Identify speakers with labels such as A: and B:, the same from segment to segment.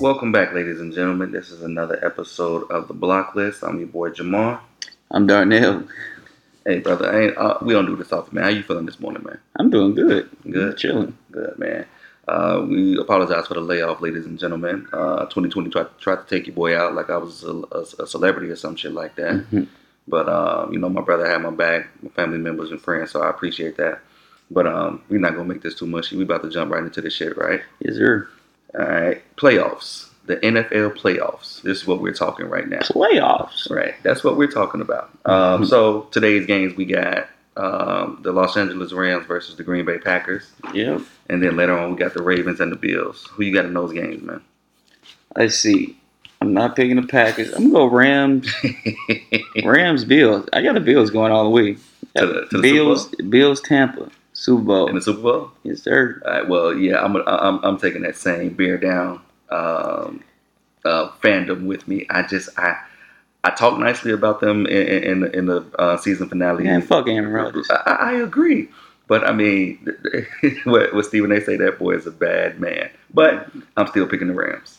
A: Welcome back, ladies and gentlemen. This is another episode of the Block List. I'm your boy Jamar.
B: I'm Darnell.
A: Hey, brother, I ain't, uh, we don't do this often, man. How you feeling this morning, man?
B: I'm doing good.
A: Good.
B: Chilling.
A: Good, man. Uh, we apologize for the layoff, ladies and gentlemen. Uh, 2020 tried, tried to take your boy out like I was a, a- a celebrity or some shit like that.
B: Mhm.
A: But um, you know, my brother had my back, my family members and friends, so I appreciate that. But um, we're not gonna make this too mushy. We about to jump right into this shit, right?
B: Yes, sir.
A: All right, playoffs, the NFL playoffs. This is what we're talking right now.
B: Playoffs.
A: Right, that's what we're talking about. Um, so today's games, we got um, the Los Angeles Rams versus the Green Bay Packers,
B: Yep.
A: and then later on we got the Ravens and the Bills. Who you got in those games, man?
B: Let's see. I'm not picking the Packers. I'm gonna go Rams. Rams. Bills. I got the Bills going all the way.
A: To the- to the Super
B: Bills. Bills. Tampa. Super Bowl.
A: in the Super Bowl?
B: yes, sir.
A: All right, well, yeah, I'm I'm I'm taking that same bear down um, uh, fandom with me. I just I I talk nicely about them in in, in the uh, season finale.
B: Man, fuck Aaron Rodgers.
A: I, I agree, but I mean, what what Stephen they say that boy is a bad man. But I'm still picking the Rams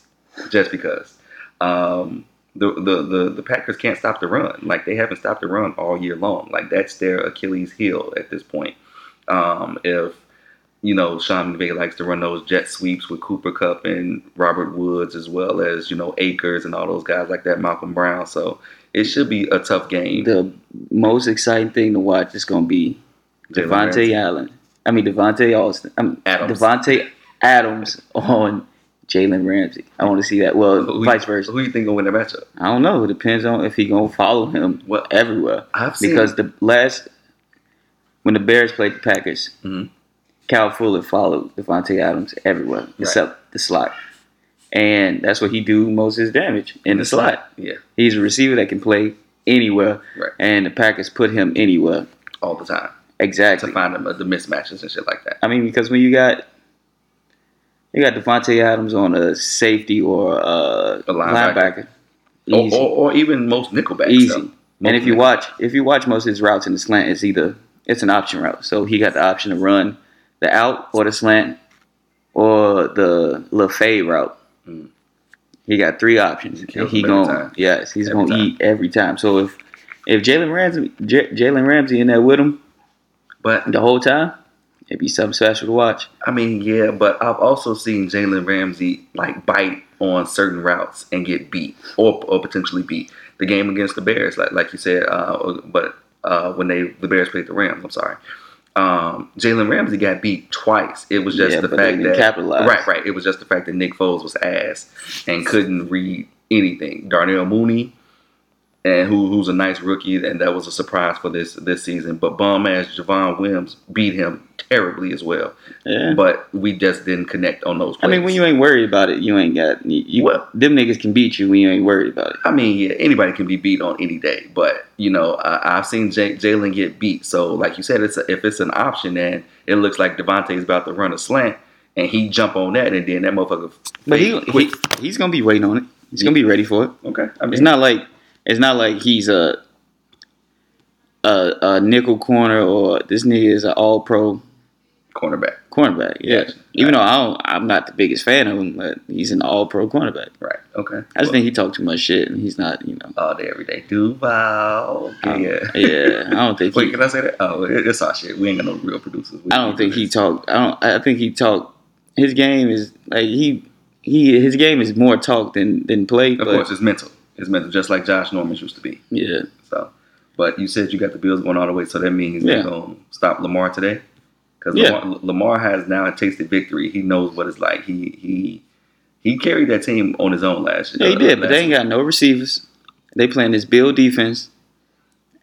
A: just because. Um, the, the, the, the Packers can't stop the run. Like, they haven't stopped the run all year long. Like, that's their Achilles heel at this point. Um, if you know, Sean McVay likes to run those jet sweeps with Cooper Cup and Robert Woods, as well as, you know, Akers and all those guys like that, Malcolm Brown. So it should be a tough game.
B: The most exciting thing to watch is gonna be
A: Jalen
B: Devontae
A: Ramsey.
B: Allen. I mean Devontae Austin. I'm
A: Adams.
B: Devontae Adams on Jalen Ramsey. I want to see that. Well,
A: Who you-
B: vice versa.
A: Who you think gonna win the matchup?
B: I don't know. It depends on if he gonna follow him
A: Well,
B: everywhere.
A: I've seen
B: Because the last when the Bears played the Packers,
A: Mhm.
B: Cal Fuller followed Devontae Adams everywhere except the slot, and that's what he do most of his damage in the, slot.
A: Yeah,
B: He's a receiver that can play anywhere,
A: Right.
B: and the Packers put him anywhere
A: all the time to
B: exactly.
A: find them, uh, the mismatches and shit like that.
B: I mean, because when you got you got Devontae Adams on a safety or a,
A: A linebacker.
B: linebacker,
A: Or,
B: easy.
A: or, or even most Nickelbacks.
B: Easy.
A: though.
B: And if you
A: Nickelbacks.
B: watch, if you watch most of his routes in the slant, it's either it's an option route, so he got the option to run the out or the slant or the little fade route.
A: Mm.
B: He got three options,
A: kills
B: and he
A: them every
B: going
A: time.
B: yes, he's
A: Every
B: gonna
A: time.
B: eat every time. So if if Jalen Ramsey, J- Jalen Ramsey in there with him
A: but
B: the whole time, it'd be something special to watch.
A: I mean, yeah, but I've also seen Jalen Ramsey like bite on certain routes and get beat or, or potentially beat. The game against the Bears, like like you said, uh, but uh, when they the Bears played the Rams, I'm sorry. Um, Jalen Ramsey got beat twice. It was just
B: Yeah,
A: the
B: but they
A: fact
B: didn't
A: that
B: capitalize.
A: right, right. It was just the fact that Nick Foles was ass and couldn't read anything. Darnell Mooney, and who who's a nice rookie, and that was a surprise for this this season. But bum ass Javon Wims beat him terribly as well
B: Yeah.
A: but we just didn't connect on those.
B: I
A: Plays.
B: mean, when you ain't worried about it, you ain't got you, you-
A: Well-
B: them niggas can beat you when you ain't worried about it.
A: I mean, yeah, anybody can be beat on any day, but you know, I, I've seen J- Jalen get beat. So, like you said, it's a, if it's an option and it looks like Devontae's about to run a slant and he jump on that, and then that motherfucker.
B: But he,
A: quick.
B: he he's gonna be waiting on it. He's gonna be ready for it.
A: okay, I
B: It's
A: mean,
B: not like it's not like he's a a, a nickel corner or this nigga is an all pro
A: cornerback,
B: cornerback. Yeah.
A: Yes.
B: Even though I don't, I'm not the biggest fan of him, but he's an all pro cornerback.
A: right? Okay,
B: I just think he talked too much shit and he's not, you know.
A: all day, every day, Duval.
B: I don't-
A: Yeah,
B: Um, yeah. I don't think
A: Wait,
B: he,
A: can I say that? Oh, it- it's our shit. We ain't got no real producers. We
B: I don't think he
A: this.
B: talked I don't I think he talked his game is like he he his game is more talk than than play.
A: Of
B: but
A: course, it's mental. It's mental, just like Josh Norman used to be.
B: yeah.
A: So, but you said you got the Bills going all the way, so that means
B: Yeah.
A: they're going to stop Lamar today. Because
B: Yeah.
A: Lamar, Lamar has now tasted victory. He knows what it's like. He he he carried that team on his own last
B: Yeah,
A: year. uh,
B: he did,
A: last
B: but they ain't got no receivers. They playing this Bill defense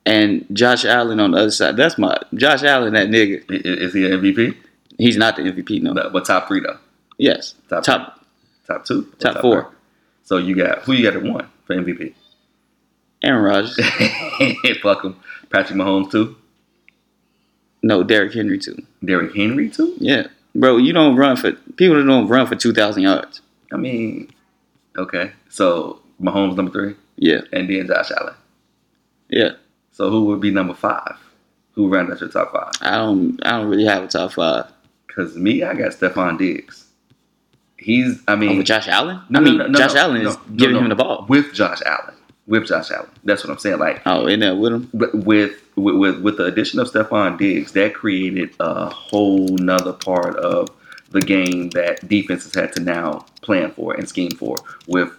B: and Josh Allen on the other side. That's my Josh Allen, that nigga.
A: I- i- Is he an MVP?
B: He's not the MVP, no.
A: No, but top three though,
B: Yes.
A: Top-
B: Top top,
A: top two, or
B: four.
A: three? So you got who you got at one for MVP?
B: Aaron Rodgers.
A: Fuck him. Patrick Mahomes too.
B: no, Derrick Henry too.
A: Derrick Henry too.
B: Yeah. Bro, you don't run for people that don't run for two thousand yards.
A: I mean, okay. So Mahomes number three,
B: Yeah.
A: and then Josh Allen.
B: Yeah.
A: So who would be number five? Who round out your top five?
B: I don't I don't really have a top five.
A: Cause me, I got Stephon Diggs. He's, I mean,
B: Over Josh Allen?
A: No,
B: I
A: no,
B: mean,
A: no, no,
B: Josh
A: no,
B: Allen
A: no,
B: is
A: no,
B: giving
A: no.
B: him the ball.
A: with Josh Allen. With Josh Allen. That's what I'm saying. Like,
B: Oh, in there with him.
A: but with with with, with the addition of Stephon Diggs, that created a whole nother part of the game that defenses had to now plan for and scheme for with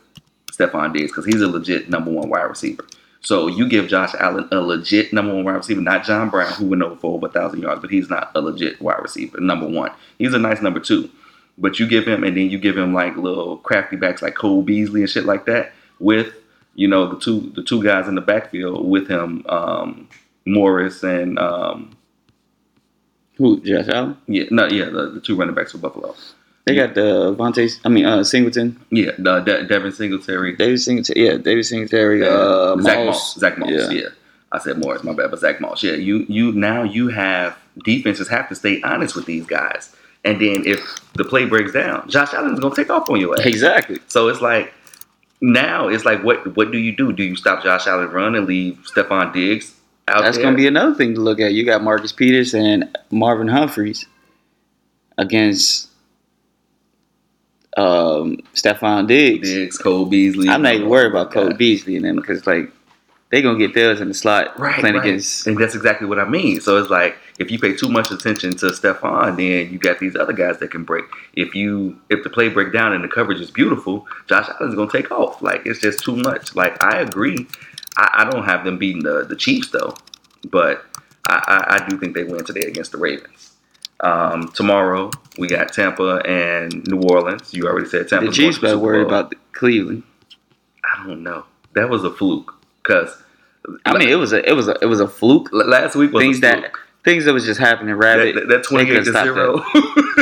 A: Stephon Diggs because he's a legit number one wide receiver. So you give Josh Allen a legit number one wide receiver, not John Brown, who went over for over thousand yards, but he's not a legit wide receiver. Number one, he's a nice number two, but you give him and then you give him like little crafty backs like Cole Beasley and shit like that with you know the two the two guys in the backfield with him, um, Morris and um,
B: Who? Josh Allen?
A: yeah, no, yeah, the, the two running backs for Buffalo.
B: They got the Vontae, I mean, uh, Singleton.
A: Yeah, the De- Devin Singletary,
B: David Singletary. Yeah, David Singletary. Uh,
A: uh, Zach
B: Moss.
A: Moss, Zach Moss. Yeah.
B: Yeah.
A: I said Morris, my bad, but Zach Moss. Yeah, you you now you have defenses have to stay honest with these guys, and then if the play breaks down, Josh Allen is gonna take off on your ass.
B: Exactly.
A: So it's like now it's like what what do you do? Do you stop Josh Allen run and leave Stephon Diggs out
B: That's
A: there?
B: going to be another thing to look at. You got Marcus Peters and Marvin Humphreys against um, Stephon Diggs.
A: Diggs, Cole Beasley.
B: I'm not even worried about
A: Yeah.
B: Cole Beasley and them because, like, they going to get theirs in the slot
A: Right,
B: playing
A: right.
B: against.
A: And that's exactly what I mean. So it's like if you pay too much attention to Stefan, then you got these other guys that can break. If you if the play break down and the coverage is beautiful, Josh Allen's gonna take off. Like it's just too much. Like I agree. I, I don't have them beating the, the Chiefs though, but I, I, I do think they win today against the Ravens. Um, tomorrow we got Tampa and New Orleans. You already said Tampa.
B: The Chiefs better worry about Cleveland.
A: I don't know. That was a fluke because
B: I mean, it was a it was a it was a fluke.
A: last week was
B: Things
A: a
B: that
A: fluke.
B: things that was just happening
A: that,
B: rapid.
A: that, that 28 to
B: stop
A: 0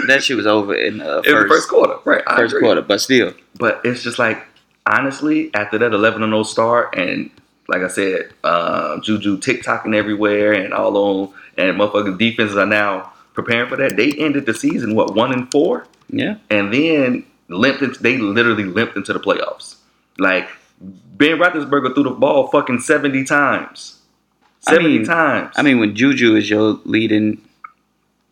B: That, shit was over in, uh,
A: in the
B: first,
A: first quarter. Right. I
B: first
A: agree.
B: quarter, but still,
A: But it's just like, honestly, after that 11 0 start, and like I said, uh, Juju TikToking everywhere and all on, and motherfucking defenses are now preparing for that. They ended the season, what, 1 and 4?
B: yeah.
A: And then limped into, they literally limped into the playoffs. Like, Ben Roethlisberger threw the ball fucking 70 times.
B: I
A: 70
B: mean-
A: times.
B: I mean, when Juju is your leading,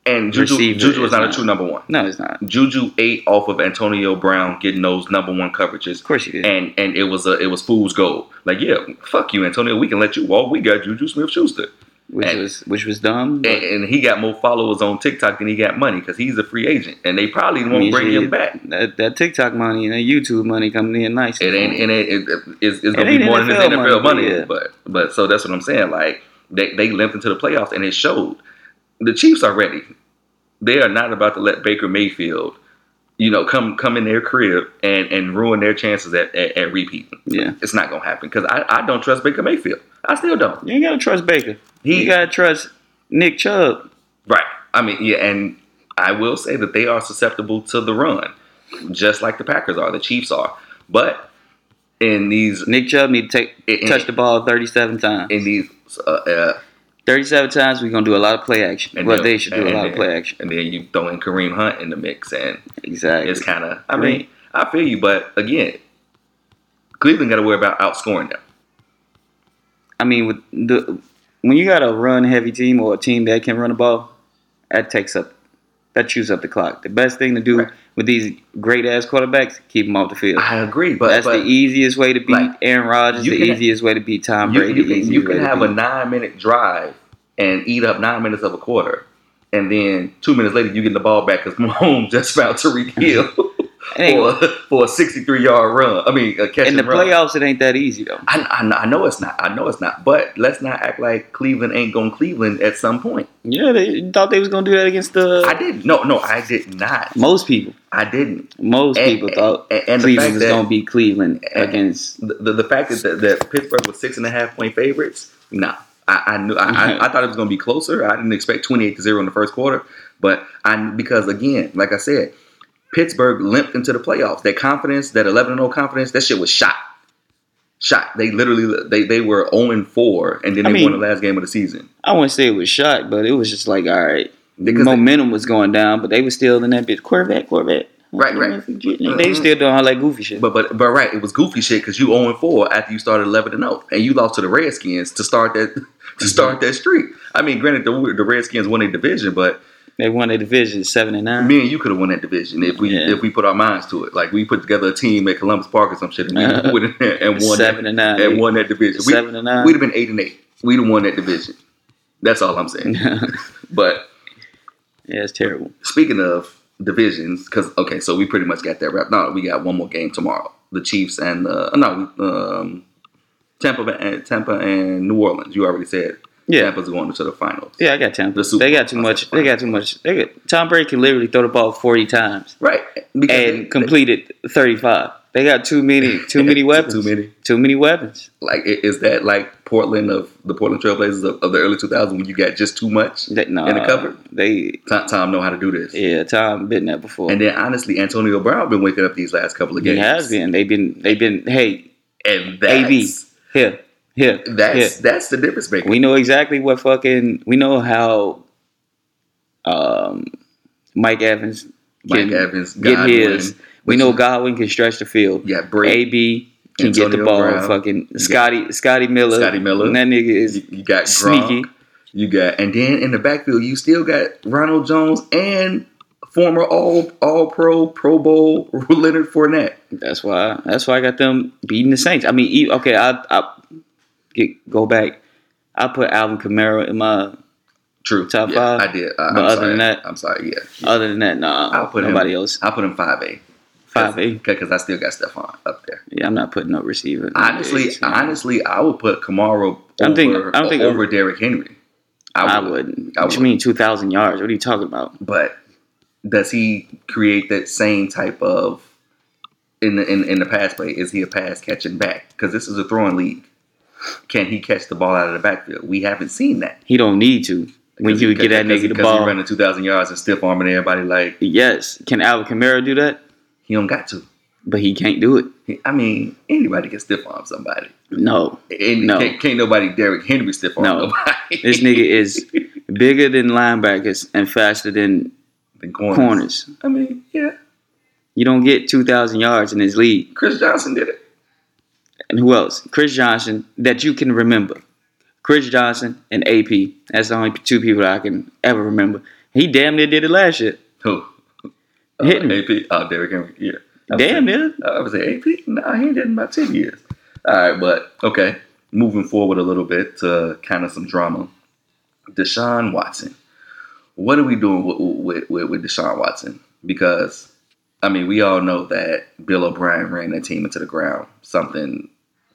A: and Juju,
B: receiver
A: Juju was
B: is
A: not a
B: not-
A: true number one.
B: no, it's not.
A: Juju ate off of Antonio Brown getting those number one coverages,
B: Of course you did.
A: and and it was a it was fool's gold. Like yeah, fuck you, Antonio. We can let you walk. We got Juju Smith Schuster,
B: which
A: and-
B: was which was dumb.
A: and,
B: but-
A: and he got more followers on TikTok than he got money because he's a free agent, and they probably won't
B: I mean,
A: bring
B: shit,
A: him back.
B: That, that TikTok money and that YouTube money coming in nice.
A: It ain't and it, it, it's, it's gonna
B: ain't
A: be more than his
B: NFL money,
A: NFL money,
B: yeah.
A: but but so that's what I'm saying. Like they they limped into the playoffs, and it showed. The Chiefs are ready. They are not about to let Baker Mayfield. You know, come come in their crib and, and ruin their chances at, at, at repeating.
B: yeah.
A: it's not gonna happen because I, I don't trust Baker Mayfield. I still don't.
B: You ain't gotta trust Baker.
A: He
B: you gotta trust Nick Chubb.
A: right. I mean, yeah, and I will say that they are susceptible to the run, just like the Packers are, the Chiefs are. But in these
B: Nick Chubb need to take
A: in,
B: touch the ball thirty seven times.
A: in these uh, uh,
B: Thirty seven times we're gonna do a lot of play action.
A: And
B: Well
A: then-
B: they should do a
A: and
B: lot of
A: then-
B: play action.
A: and then you throw in Kareem Hunt in the mix, and
B: Exactly.
A: it's kind of. I mean, I feel you, but again, Cleveland got to worry about outscoring them.
B: I mean with the when you got a run heavy team or a team that can run the ball, that takes up that chews up the clock. The best thing to do
A: Right.
B: with these great ass quarterbacks, keep them off the field.
A: I agree, but
B: That's
A: but
B: the easiest way to beat
A: like,
B: Aaron Rodgers.
A: you
B: The
A: can-
B: easiest way to beat Tom
A: you,
B: Brady.
A: you
B: the
A: can,
B: easiest
A: you
B: way
A: can
B: to
A: have
B: beat-
A: a nine minute drive and eat up nine minutes of a quarter, and then two minutes later you get the ball back because Mahomes just found Tariq Hill
B: Anyway,
A: for, for a sixty three yard run. I mean, a catch and
B: in the
A: run.
B: playoffs, it ain't that easy though.
A: I, I, kn- I know it's not. I know it's not. But let's not act like Cleveland ain't going to Cleveland at some point.
B: Yeah, they thought they was gonna do that against the
A: I did. No, no, I did not.
B: most people.
A: I didn't.
B: Most
A: And-
B: people thought
A: and, and the
B: Cleveland
A: fact
B: was
A: that
B: gonna beat Cleveland
A: and-
B: against.
A: the, the, the fact that, that, that Pittsburgh was six and a half point favorites, nah. I, I knew I, I, I thought it was going to be closer. I didn't expect twenty eight to zero in the first quarter, but I because again, like I said, Pittsburgh limped into the playoffs. That confidence, that eleven and zero confidence, that shit was shot, shot. They literally they they were zero and four, and then
B: I
A: they
B: mean-
A: won the last game of the season.
B: I wouldn't say it was shot, but it was just like all right.
A: Because
B: momentum was going down, but they was still in that bitch Corvette, Corvette.
A: Right, right.
B: They was still doing all that goofy shit.
A: But but but right, it was goofy shit because you 0 4 after you started 11 and 0, and you lost to the
B: Mm-hmm.
A: Redskins to start that to start that streak. I mean, granted, the the Redskins won a division, but
B: They won their division seven and nine.
A: Me and you could have won that division if we
B: Yeah.
A: if we put our minds to it. Like we put together a team at Columbus Park or some shit, and we went in there and won
B: Uh-huh. seven
A: that,
B: and nine.
A: and won that division. We,
B: seven and nine.
A: We'd have been eight and eight. We'd have won that division. That's all I'm saying.
B: yeah,
A: But
B: it's terrible.
A: speaking of divisions, because okay, so we pretty much got that wrapped. No, we got one more game tomorrow. The Chiefs and uh, no, um, Tampa and Tampa and New Orleans. You already said
B: Yeah,
A: Tampa's going to the finals,
B: yeah, I got Tampa.
A: The Super
B: they
A: Bowl.
B: got too much. They got too much. They got, Tom Brady can literally throw the ball forty times
A: right? Because
B: and completed thirty five. They got too many, too many weapons.
A: Too many.
B: Too many weapons.
A: Like, i- is that like Portland of the Portland Trailblazers of, of the early 2000s when you got just too much?
B: They, nah,
A: In the cupboard?
B: They
A: Tom, Tom know how to do this.
B: yeah. Tom been there before.
A: And then honestly, Antonio Brown been waking up these last couple of
B: he
A: games.
B: has been. They've been. They've been. Hey,
A: And that's
B: AB here, here,
A: that's that's the difference maker.
B: We know exactly what fucking we know how um Mike Evans
A: Mike
B: can
A: Evans,
B: get
A: Godwin,
B: his. We
A: which-
B: know Godwin can stretch the field.
A: Yeah, Brady.
B: AB can get
A: Antonio
B: the ball.
A: Brown.
B: Fucking Scotty Scotty Miller.
A: Scotty Miller.
B: And that nigga is
A: You, you got Gronk.
B: sneaky.
A: You got and then in the backfield, you still got Ronald Jones and former All All Pro Pro Bowl Leonard Fournette.
B: That's why. That's why I got them beating the Saints. I mean, e- okay, I I get, go back. I put Alvin Kamara in my.
A: True,
B: Top
A: yeah,
B: five.
A: I did. I, I'm
B: But other
A: sorry.
B: than that-
A: I'm sorry. Yeah,
B: Other than that, nah.
A: I'll put him-
B: nobody else.
A: I put him five A.
B: Five A.
A: because I still got Stephon up there.
B: Yeah, I'm not putting up receiver.
A: Honestly, honestly, I would put Kamara
B: I'm
A: over,
B: thinking- I'm thinking-
A: over Derrick Henry.
B: I wouldn't.
A: I
B: what you
A: would.
B: mean, two thousand yards? What are you talking about?
A: but does he create that same type of in the in, in the pass play? Is he a pass catching back? Because this is a throwing league. Can he catch the ball out of the backfield? We haven't seen that.
B: He don't need to. When you get that
A: Because-
B: nigga the
A: because he
B: ball,
A: running two thousand yards and stiff arming everybody like
B: yes. Can Alvin Kamara do that?
A: he don't got to.
B: But he can't do it.
A: He- I mean, anybody can stiff arm somebody.
B: No,
A: And
B: No.
A: can't, can't nobody Derrick Henry stiff arm
B: No.
A: nobody.
B: this nigga is bigger than linebackers and faster than
A: The corners.
B: corners.
A: I mean, yeah,
B: You don't get two thousand yards in this league.
A: Chris Johnson did it.
B: And who else? Chris Johnson that you can remember. Chris Johnson and AP. That's the only two people I can ever remember. He damn near did it last year.
A: Who?
B: Hitting.
A: Uh, AP. Oh, Derrick Henry. Yeah. I would
B: Damn
A: say-
B: near.
A: I would say AP. No, he ain't did it in about ten years. All right, but okay. Moving forward a little bit to kind of some drama. Deshaun Watson. What are we doing with with, with, with Deshaun Watson? Because I mean, we all know that Bill O'Brien ran that team into the ground. Something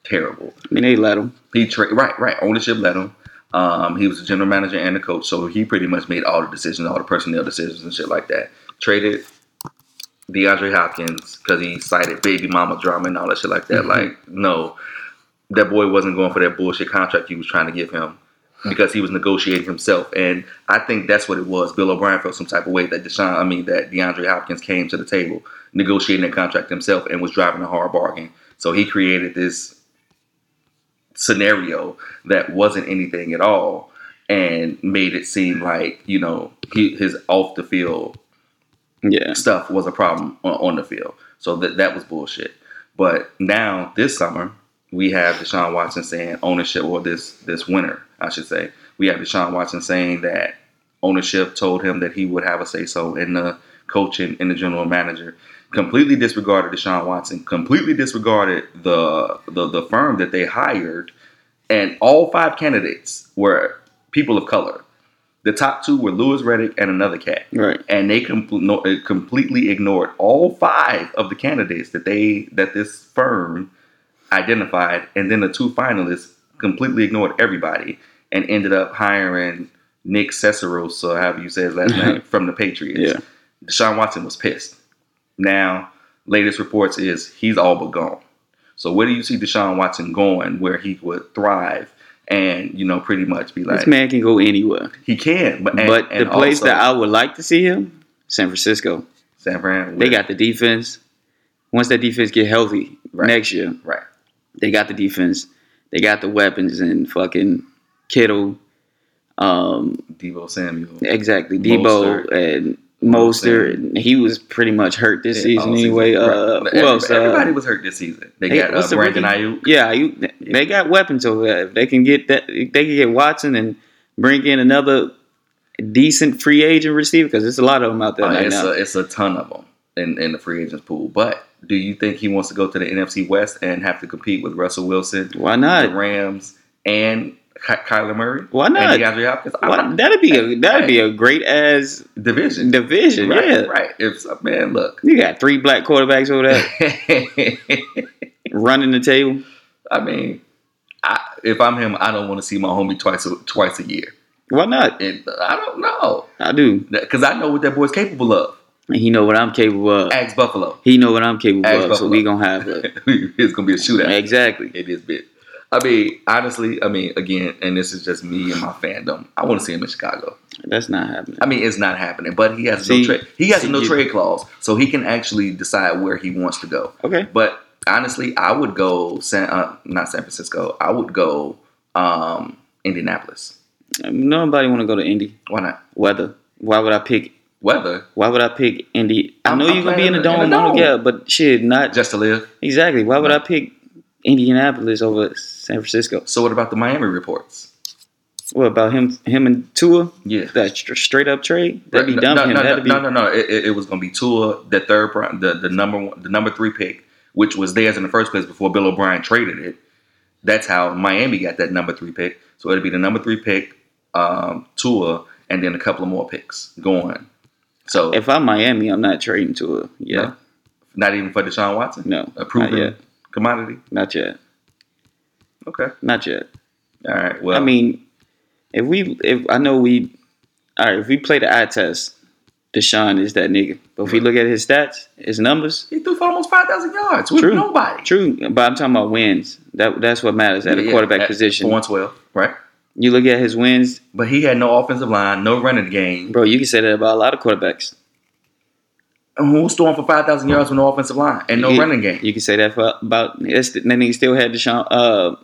A: terrible.
B: I mean, they let him.
A: He tra- right, right. Ownership let him. Um, he was the general manager and the coach, so he pretty much made all the decisions, all the personnel decisions and shit like that. Traded DeAndre Hopkins because he cited baby mama drama and all that shit like that. Like, no, that boy wasn't going for that bullshit contract you was trying to give him because he was negotiating himself. And I think that's what it was. Bill O'Brien felt some type of way that Deshaun, I mean, that DeAndre Hopkins came to the table negotiating that contract himself and was driving a hard bargain. So he created this scenario that wasn't anything at all and made it seem like you know he, his off the field
B: Yeah.
A: stuff was a problem on, on the field so that that was bullshit but now this summer we have Deshaun Watson saying ownership or this this winter I should say we have Deshaun Watson saying that ownership told him that he would have a say so in the coaching and the general manager completely disregarded Deshaun Watson completely disregarded the the, the firm that they hired and all five candidates were people of color the top two were Lewis Reddick and another cat
B: Right.
A: and they com- no, uh, completely ignored all five of the candidates that they that this firm identified, and then the two finalists completely ignored everybody and ended up hiring Nick Cesaros, so however you say his last name, from the Patriots.
B: Yeah.
A: Deshaun Watson was pissed. Now, latest reports is he's all but gone. So where do you see Deshaun Watson going, where he would thrive and you know pretty much be like
B: This man can go anywhere.
A: he can, but and,
B: but
A: and
B: the place
A: also
B: that I would like to see him, San Francisco.
A: San Fran
B: They
A: with-
B: got the defense. Once that defense get healthy
A: Right.
B: next year,
A: right.
B: they got the defense. They got the weapons and fucking Kittle, um,
A: Debo Samuel.
B: exactly Debo and Moster. And he was pretty much hurt this
A: Yeah,
B: season
A: all
B: anyway. Uh,
A: Right.
B: who else? Uh,
A: Everybody, everybody was hurt this season. They
B: hey,
A: got
B: what's
A: uh,
B: the
A: Brandon
B: rookie?
A: Ayuk.
B: yeah, you, they got weapons over there. If they can get that, if they can get Watson and bring in another decent free agent receiver? Because there's a lot of them out there
A: Uh,
B: right
A: it's,
B: now.
A: a, it's a ton of them in, in the free agents pool. But do you think he wants to go to the NFC West and have to compete with Russell Wilson,
B: Why
A: the
B: not?
A: Rams, and Ky- Kyler Murray?
B: Why
A: And
B: not?
A: DeAndre Hopkins? I
B: Why,
A: don't-
B: that'd be a that'd be a great as
A: Division.
B: division.
A: Right,
B: yeah,
A: right. If uh, man, look.
B: you got three black quarterbacks over there
A: I
B: running the table.
A: mean, I, if I'm him, I don't want to see my homie twice a, twice a year.
B: Why not?
A: And I don't know
B: I do.
A: because I know what that boy's capable of.
B: And he know what I'm capable of.
A: Ask Buffalo.
B: He know what I'm capable
A: Ask
B: of. So
A: Buffalo.
B: we gonna have a,
A: it's gonna be a shootout.
B: exactly.
A: It is big. I mean, honestly, I mean, again, and this is just me and my fandom. I want to see him in Chicago.
B: That's not happening.
A: I mean, it's not happening, but he has
B: See-
A: no trade. He has
B: see,
A: no
B: you-
A: trade clause, so he can actually decide where he wants to go.
B: Okay.
A: But honestly, I would go San, uh, not San Francisco. I would go um, Indianapolis.
B: Nobody want to go to Indy.
A: Why not?
B: Weather. Why would I pick?
A: Weather
B: Why would I pick Indy? I
A: I'm-
B: know
A: I'm
B: you gonna be in the
A: playing
B: dome.
A: in the
B: I don't
A: dome.
B: care, but shit, not
A: just to live.
B: exactly. Why would I pick Indianapolis over San Francisco?
A: So what about the Miami reports?
B: What about him? Him and Tua?
A: Yeah.
B: That str- straight up trade? That'd be
A: no,
B: dumb.
A: No,
B: him.
A: no,
B: That'd
A: no,
B: be
A: no, no, no. It, it, it was going to be Tua, the third, pri- the the number one, the number three pick, which was theirs in the first place before Bill O'Brien traded it. That's how Miami got that number three pick. So it'd be the number three pick, um, Tua, and then a couple of more picks going. So
B: If I'm Miami, I'm not trading Tua. Yeah,
A: not even for Deshaun Watson,
B: no,
A: a
B: not
A: proven
B: yet,
A: commodity.
B: not yet,
A: Okay,
B: not yet.
A: all right. Well,
B: I mean, if we, if I know we, all right, if we play the eye test, Deshaun is that nigga. But if we look at his stats, his numbers,
A: he threw for almost five thousand yards with
B: True.
A: nobody.
B: true. But I'm talking about wins. That that's what matters at a
A: Yeah,
B: quarterback
A: at- for
B: position.
A: one twelve, right?
B: You look at his wins,
A: But he had no offensive line, no running game.
B: bro. You can say that about a lot of quarterbacks.
A: And who's throwing for five
B: Hmm.
A: thousand yards with no offensive line and no
B: You-
A: running game?
B: You can say that for about that's- that nigga still had Deshaun. Uh,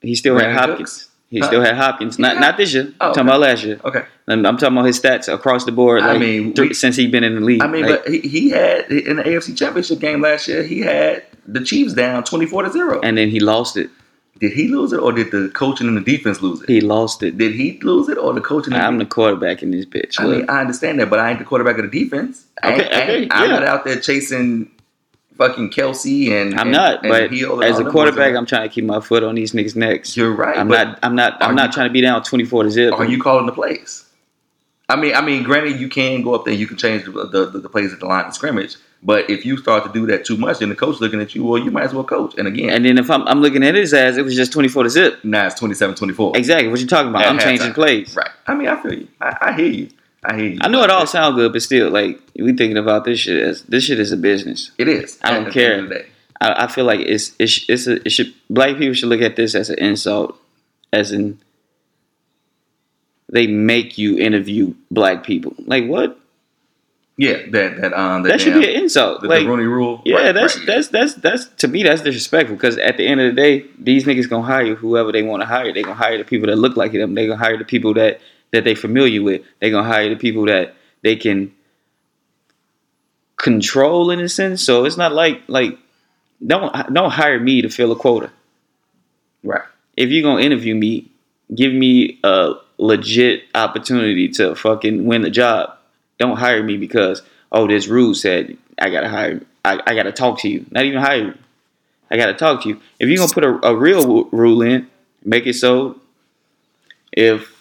B: he still
A: Brandon
B: had Hopkins.
A: Cooks?
B: He
A: Huh?
B: still had Hopkins. Not
A: Yeah.
B: not this year.
A: Oh,
B: I'm talking
A: okay.
B: about last year.
A: Okay.
B: I'm, I'm talking about his stats across the board.
A: I
B: Like,
A: mean,
B: three,
A: we-
B: since he's been in the league.
A: I mean,
B: Like,
A: but he, he had in the AFC Championship game last year. He had the Chiefs down twenty four to zero.
B: and then he lost it.
A: Did he lose it, or did the coaching and the defense lose it?
B: He lost it.
A: Did he lose it, or the coaching? And
B: I'm
A: the,
B: the quarterback in this bitch.
A: I
B: Look,
A: mean, I understand that, but I ain't the quarterback of the defense. I ain't-
B: Okay,
A: I
B: okay,
A: ain't- I'm
B: yeah.
A: not out there chasing fucking Kelsey and
B: I'm
A: and-
B: not.
A: and
B: but
A: Hill and
B: as
A: all
B: a
A: them
B: quarterback,
A: boys.
B: I'm trying to keep my foot on these niggas' necks.
A: uh, you're right.
B: I'm
A: but
B: not. I'm not.
A: are
B: I'm not
A: you-
B: trying to be down 24 to zip.
A: Are you calling the plays? I mean, I mean, granted, you can go up there, you can change the the, the, the plays at the line of scrimmage, but if you start to do that too much, then the coach looking at you, well, you might as well coach. And again,
B: And then if I'm, I'm looking at his ass, it was just 24 to zip.
A: now it's 27-24.
B: Exactly what you talking about.
A: At
B: I'm changing
A: halftime.
B: plays.
A: Right. I mean, I feel you. I, I hear you. I hear you.
B: I know it all sound good, but still, like we thinking about this shit. As, this shit is a business.
A: It is.
B: I don't
A: At the end
B: care.
A: of the day.
B: I, I feel like it's it's it's a, it should black people should look at this as an insult, as in they make you interview black people. Like what?
A: Yeah, that that um that,
B: That should be
A: damn-
B: an insult.
A: the,
B: like
A: the Rooney Rule.
B: yeah,
A: Right,
B: that's
A: right.
B: that's that's that's to me that's disrespectful because at the end of the day, these niggas gonna hire whoever they want to hire. They gonna hire the people that look like them. They gonna hire the people that that they familiar with. They gonna hire the people that they can control in a sense. So it's not like like don't don't hire me to fill a quota
A: right.
B: if you're gonna interview me, give me a legit opportunity to fucking win the job. Don't hire me because oh this rule said I gotta hire I, I gotta talk to you. Not even hire you. I gotta talk to you. If you're gonna put a, a real w- rule in, make it so if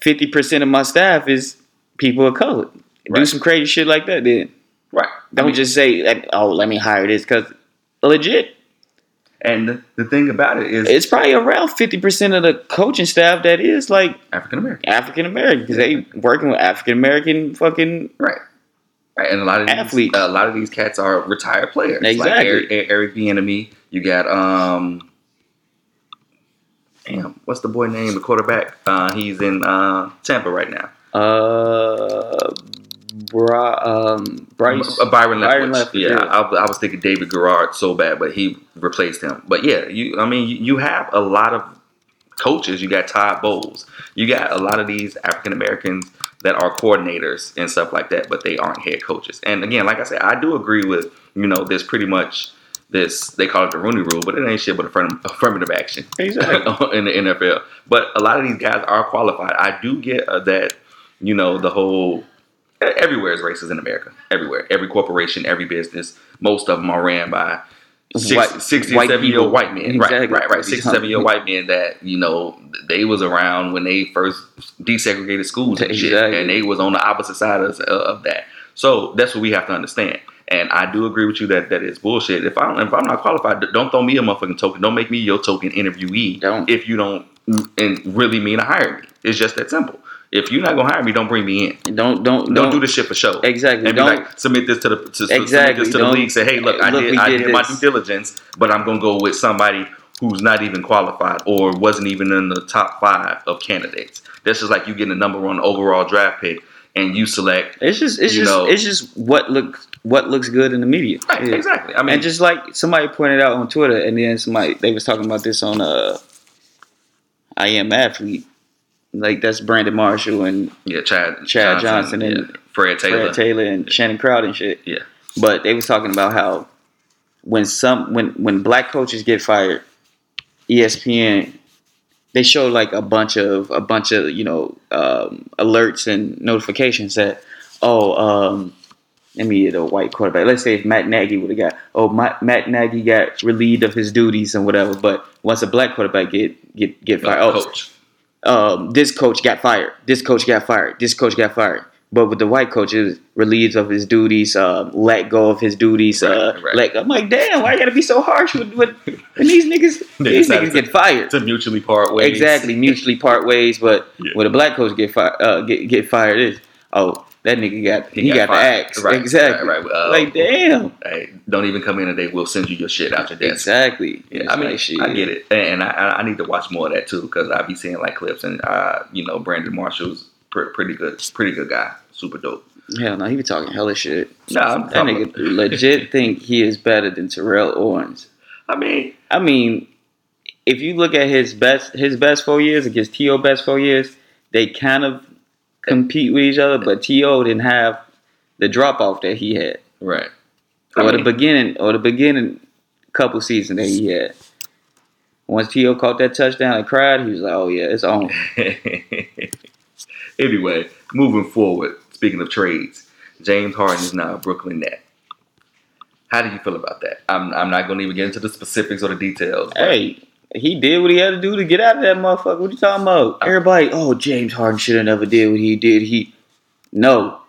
B: fifty percent of my staff is people of color. Do
A: Right.
B: some crazy shit like that then.
A: Right.
B: Don't just say like, oh let me hire this because legit
A: And the, the thing about it is
B: it's probably around 50% of the coaching staff that is like
A: African American.
B: African American because they working with African American fucking
A: Right. Right. And a lot of these,
B: Athletes.
A: a lot of these cats are retired players. Like
B: Exactly.
A: Eric, E, Eric Bieniemy. You got um Damn, what's the boy name? The quarterback. Uh, he's in uh, Tampa right now.
B: uh bra, um Bryce
A: Uh, Byron Leftwich.
B: Byron Leftwich,
A: yeah,
B: yeah.
A: I, I was thinking David Garrard so bad, but he replaced him. But yeah, you. I mean, you, you have a lot of coaches. You got Todd Bowles. You got a lot of these African Americans that are coordinators and stuff like that, but they aren't head coaches. And again, like I said, I do agree with you know, there's pretty much this they call it the Rooney Rule, but it ain't shit but affirm- affirmative action
B: Exactly.
A: in the NFL. But a lot of these guys are qualified. I do get uh, that, you know, the whole e, everywhere is racist in America. Everywhere, every corporation, every business, most of them are ran by six,
B: White-
A: 60,
B: white
A: 70 year old
B: people.
A: white men.
B: Exactly.
A: Right, right, right. 60, 70 year old white men that, you know, they was around when they first desegregated schools and shit.
B: Exactly.
A: And they was on the opposite side of, of that. So that's what we have to understand. And I do agree with you that that is bullshit. If I'm if I'm not qualified, don't throw me a motherfucking token. Don't make me your token interviewee.
B: Don't.
A: If you don't and really mean to hire me, it's just that simple. If you're not gonna hire me, don't bring me in.
B: Don't don't
A: Don't, do this shit for show.
B: Exactly.
A: And be
B: Don't
A: like, submit this to the to, to- submit
B: Exactly.
A: this to the
B: Don't-
A: league. Say, hey, look, I
B: Look,
A: did
B: we
A: I
B: did
A: did my due
B: this.
A: diligence, but I'm gonna go with somebody who's not even qualified or wasn't even in the top five of candidates. This is like you getting a number one overall draft pick and you select.
B: It's just it's
A: you
B: just
A: know.
B: it's just what looks what looks good in the media.
A: Right,
B: Yeah.
A: exactly. I mean,
B: and just like somebody pointed out on Twitter, and then somebody they was talking about this on uh, I am athlete. Like that's Brandon Marshall and
A: yeah, Chad,
B: Chad Johnson and
A: yeah, Fred Taylor.
B: Fred Taylor and Shannon Crowder and shit.
A: Yeah.
B: But they was talking about how when some when when black coaches get fired, E ESPN they show like a bunch of a bunch of you know um, alerts and notifications that oh um, let me get a white quarterback. Let's say if Matt Nagy would have got oh Ma- Matt Nagy got relieved of his duties and whatever. But once a black quarterback get get get fired, oh
A: coach.
B: um, this coach got fired. This coach got fired. This coach got fired. But with the white coach, it was relieved of his duties, um, let go of his duties. uh,
A: Right, right.
B: Let go. I'm like, damn, why you gotta be so harsh with, with when these niggas?
A: They
B: these
A: decided
B: niggas
A: to-
B: get fired.
A: to mutually part ways.
B: Exactly, mutually part ways. But
A: Yeah.
B: when a black coach get fired, uh, get get fired, is oh that nigga got he, got, the
A: fired.
B: axe. exactly.
A: Right. right. Uh,
B: Like damn.
A: hey, don't even come in today. We'll send you your shit out your desk.
B: Exactly.
A: Yeah,
B: It's
A: I mean,
B: like, shit.
A: I get it, and I- I, I need to watch more of that too because I be seeing like clips, and uh, you know, Brandon Marshall's pr- pretty good, pretty good guy, super dope.
B: Hell no, he be talking hella shit.
A: Nah, I'm
B: That
A: talking
B: nigga legit think he is better than Terrell Owens.
A: I mean,
B: I mean, if you look at his best his best four years against T.O. best four years, they kind of compete with each other, but T.O. didn't have the drop off that he had.
A: right? I
B: Or
A: mean,
B: the beginning or the beginning couple season that he had. Once T.O. caught that touchdown and cried, he was like, Oh yeah, it's on.
A: anyway, moving forward. Speaking of trades, James Harden is now a Brooklyn Net. How do you feel about that? I'm, I'm not going to even get into the specifics or the details. but-
B: Hey, he did what he had to do to get out of that motherfucker. What you talking about? Everybody, oh James Harden should have never did what he did. He no.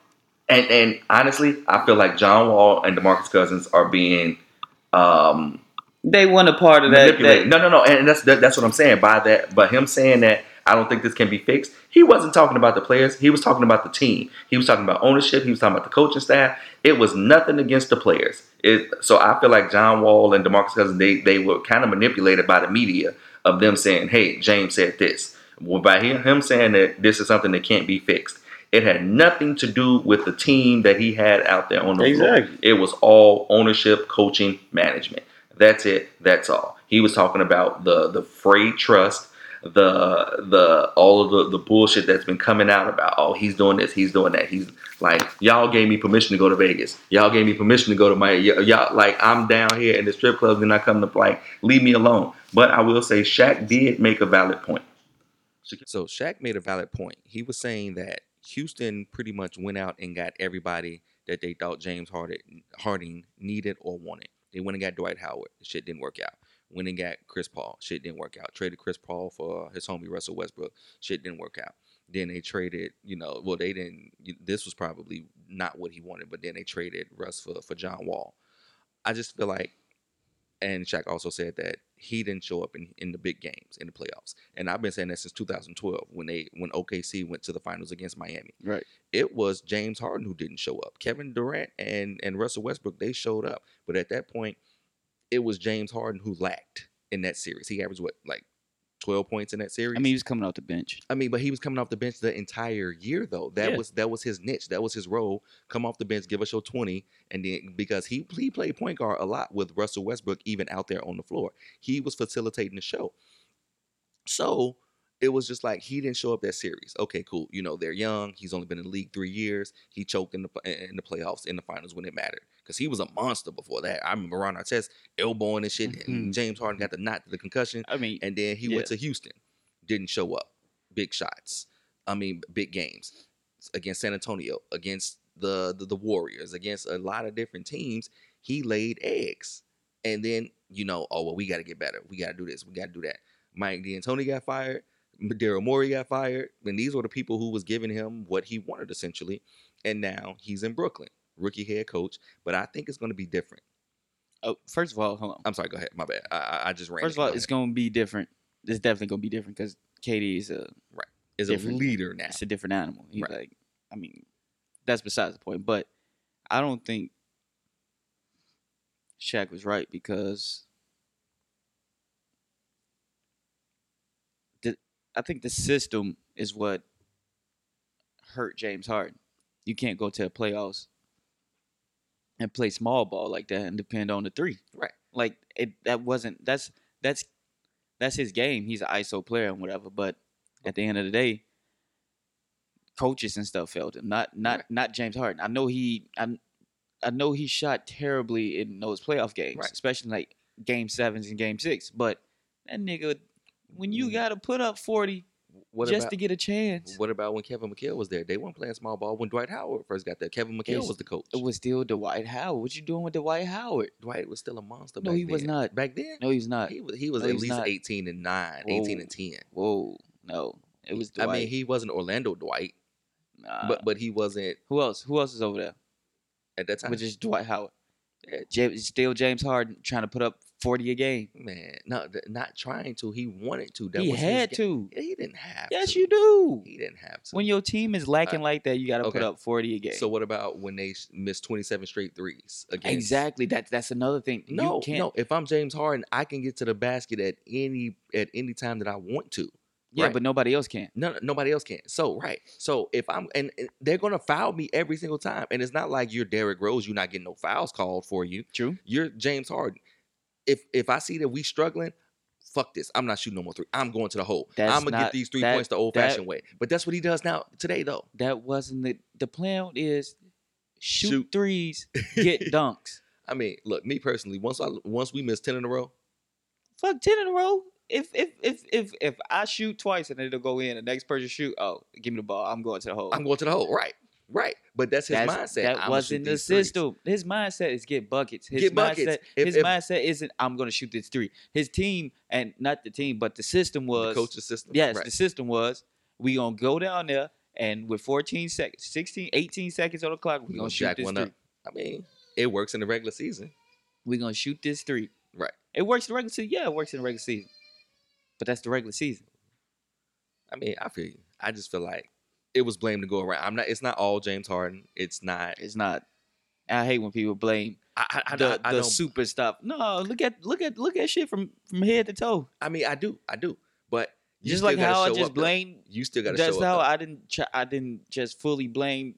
A: And and honestly, I feel like John Wall and DeMarcus Cousins are being um,
B: They weren't a part of that.
A: manipulated.
B: that
A: No, no, no. And that's that, that's what I'm saying by that. By him saying that, I don't think this can be fixed. He wasn't talking about the players. He was talking about the team. He was talking about ownership. He was talking about the coaching staff. It was nothing against the players. It, so I feel like John Wall and DeMarcus Cousins they they were kind of manipulated by the media of them saying, "Hey, James said this." Well, by him, him saying that this is something that can't be fixed. It had nothing to do with the team that he had out there on the floor.
B: Exactly.
A: It was all ownership, coaching, management. That's it. That's all. He was talking about the the freight trust, the the all of the, the bullshit that's been coming out about. Oh, he's doing this. He's doing that. He's like, y'all gave me permission to go to Vegas. Y'all gave me permission to go to my y- y'all. Like I'm down here in the strip club, then I come to like leave me alone. But I will say, Shaq did make a valid point. So Shaq made a valid point. He was saying that Houston pretty much went out and got everybody that they thought James Harden Harding needed or wanted. They went and got Dwight Howard. Shit didn't work out. Went and got Chris Paul. Shit didn't work out. Traded Chris Paul for his homie Russell Westbrook. Shit didn't work out. Then they traded, you know, well they didn't. This was probably not what he wanted, but then they traded Russ for for John Wall. I just feel like and Shaq also said that he didn't show up in, in the big games in the playoffs. And I've been saying that since 2012 when they when OKC went to the finals against Miami.
B: Right.
A: It was James Harden who didn't show up. Kevin Durant and and Russell Westbrook they showed up, but at that point, it was James Harden who lacked in that series. He averaged what like 12 points in that series.
B: I mean he was coming off the bench.
A: I mean, but he was coming off the bench the entire year, though. That
B: Yeah.
A: was that was his niche. That was his role. Come off the bench, give us your twenty, and then because he he played point guard a lot with Russell Westbrook, even out there on the floor, he was facilitating the show. So it was just like he didn't show up that series. Okay, cool. You know they're young. He's only been in the league three years. He choked in the in the playoffs in the finals when it mattered because he was a monster before that. I remember Ron Artest elbowing and shit.
B: Mhm.
A: And James Harden got the knot to the concussion,
B: I mean,
A: and then he
B: Yeah.
A: went to Houston. Didn't show up. Big shots. I mean, big games against San Antonio, against the the, the Warriors, against a lot of different teams. He laid eggs, and then you know, oh well, we got to get better. We got to do this. We got to do that. Mike D'Antoni got fired. Daryl Morey got fired, and these were the people who was giving him what he wanted essentially. And now he's in Brooklyn, rookie head coach. But I think it's going to be different.
B: oh, first of all, hold on.
A: I'm sorry. Go ahead. My bad. I, I, I just ran.
B: First of
A: Go
B: all,
A: ahead.
B: it's gonna be different. It's definitely gonna be different because Katie is a
A: is a
B: different.
A: leader now.
B: it's a different animal. He's
A: Right.
B: like, I mean, that's besides the point. But I don't think Shaq was right because the, I think the system is what hurt James Harden. You can't go to the playoffs and play small ball like that and depend on the three.
A: Right.
B: Like it that wasn't that's that's that's his game. He's an ISO player and whatever. But at the end of the day, coaches and stuff failed him. Not not
A: Right.
B: not James Harden. I know he I, I know he shot terribly in those playoff games,
A: Right.
B: especially like game sevens and game six. But that nigga, when you gotta put up forty
A: What
B: just
A: about,
B: to get a chance,
A: What about when Kevin McHale was there? They weren't playing small ball when Dwight Howard first got there. Kevin McHale
B: Yes.
A: was the coach.
B: it was still Dwight Howard. What you doing with Dwight Howard?
A: Dwight was still a monster.
B: No,
A: back
B: he was
A: then.
B: not.
A: Back then,
B: No, he's not.
A: he was. He was
B: No,
A: at
B: he's
A: least
B: not.
A: 18 and 9,
B: Whoa.
A: 18 and 10.
B: Whoa, no, it was Dwight. Uh.
A: I mean, he wasn't Orlando Dwight,
B: Nah.
A: but but he wasn't
B: who else? Who else is over there?
A: at that time.
B: Which is Dwight Howard.
A: Yeah.
B: James, still James Harden trying to put up forty a game.
A: Man, no, th- not trying to. He wanted to. That
B: he
A: was
B: had
A: his
B: to.
A: game. He didn't have.
B: Yes,
A: to.
B: you do.
A: He didn't have to.
B: When your team is lacking like that, you got to
A: okay.
B: put up forty a game.
A: so what about when they s- missed 27 straight threes? Against,
B: exactly, that's that's another thing.
A: No,
B: you can't.
A: no. If I'm James Harden, I can get to the basket at any at any time that I want to.
B: yeah,
A: right.
B: but nobody else can.
A: No, no, nobody else can. So right. So if I'm and and they're gonna foul me every single time, and it's not like you're Derrick Rose, you're not getting no fouls called for you.
B: True.
A: You're James Harden. If if I see that we struggling, fuck this. I'm not shooting no more three. I'm going to the hole.
B: That's
A: I'm gonna
B: not-
A: get these three
B: that-
A: points the old
B: that-
A: fashioned way. But that's what he does now today though.
B: That wasn't the the plan. Is shoot,
A: Shoot.
B: threes, get dunks.
A: I mean, look, me personally, once I once we miss ten in a row,
B: Fuck ten in a row. If if if if if I shoot twice and it'll go in, the next person shoot. Oh, give me the ball. I'm going to the hole.
A: I'm going to the hole. Right. Right. But that's his
B: That's-
A: mindset.
B: That
A: I'ma
B: wasn't
A: shoot
B: the
A: these threes.
B: system. His mindset is get buckets. His
A: Get
B: mindset,
A: buckets. If-
B: his
A: if-
B: mindset isn't I'm gonna shoot this three. His team and not the team, but the system
A: The
B: was
A: coach's system.
B: yes,
A: Right.
B: the system was we gonna go down there and with 14 seconds, 16, 18 seconds on the clock, we
A: We
B: gonna
A: gonna
B: shoot
A: jack
B: this
A: one
B: three.
A: up. I mean, it works in the regular season.
B: we gonna shoot this three.
A: Right.
B: It works in the regular season. Yeah, it works in the regular season. But that's the regular season.
A: I mean, I feel you. I just feel like it was blame to go around. I'm not. It's not all James Harden. It's not.
B: It's not. I hate when people blame
A: I, I, I,
B: the,
A: I,
B: the
A: don't.
B: super stuff. No, look at look at look at shit from from head to toe.
A: I mean, I do. I do. But you
B: Just
A: still
B: like
A: gotta
B: how I
A: show
B: just
A: up, though.
B: blame
A: You still got to show
B: That's
A: up.
B: how
A: though.
B: I didn't. Ch- I didn't just fully blame.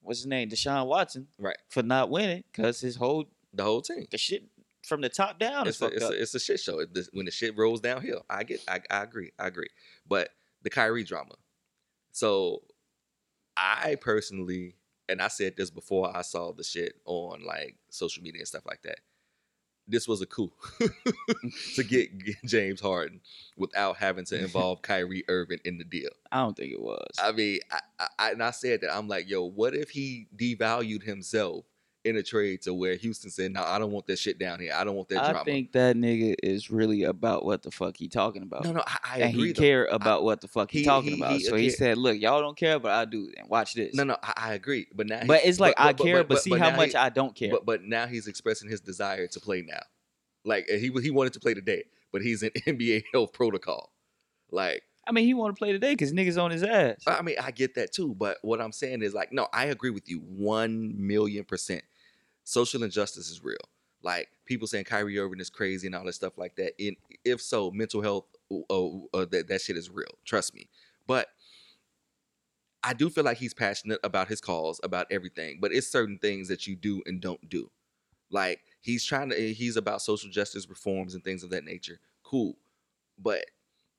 B: What's his name, Deshaun Watson,
A: Right.
B: for not winning because his whole
A: the whole team.
B: the shit from the top down is
A: It's a,
B: fucked
A: it's,
B: up.
A: a, it's a shit show. It- this- when the shit rolls downhill, I get. I, I agree. I agree. But the Kyrie drama. So, I personally, and I said this before, I saw the shit on like social media and stuff like that. This was a coup. to get, get James Harden without having to involve Kyrie Irving in the deal.
B: I don't think it was.
A: I mean, I, I, I and I said that I'm like, yo, what if he devalued himself in a trade to where Houston said, no, I don't want that shit down here. I don't want that
B: I,
A: drama.
B: think that nigga is really about what the fuck he talking about,
A: no, no, I, I
B: and
A: agree.
B: he
A: though.
B: care about what the fuck he,
A: he-
B: talking
A: he-
B: about.
A: he-
B: so he
A: okay.
B: said, "Look, y'all don't care, but I do, and watch this."
A: no, no, I, I agree. But now,
B: but
A: he's-
B: it's like I care, but, see how
A: now
B: much
A: he-
B: I don't care.
A: But but now he's expressing his desire to play now. Like he he wanted to play today, but he's in NBA health protocol. Like
B: I mean, he want to play today because niggas on his ass.
A: I mean, I get that too, but what I'm saying is like, no, I agree with you one million percent. Social injustice is real. Like people saying Kyrie Irving is crazy and all that stuff like that. And if so, mental health, oh, uh, that that shit is real. Trust me. But I do feel like he's passionate about his cause, about everything. But it's certain things that you do and don't do. Like eh, he's trying to, he's about social justice reforms and things of that nature. Cool, but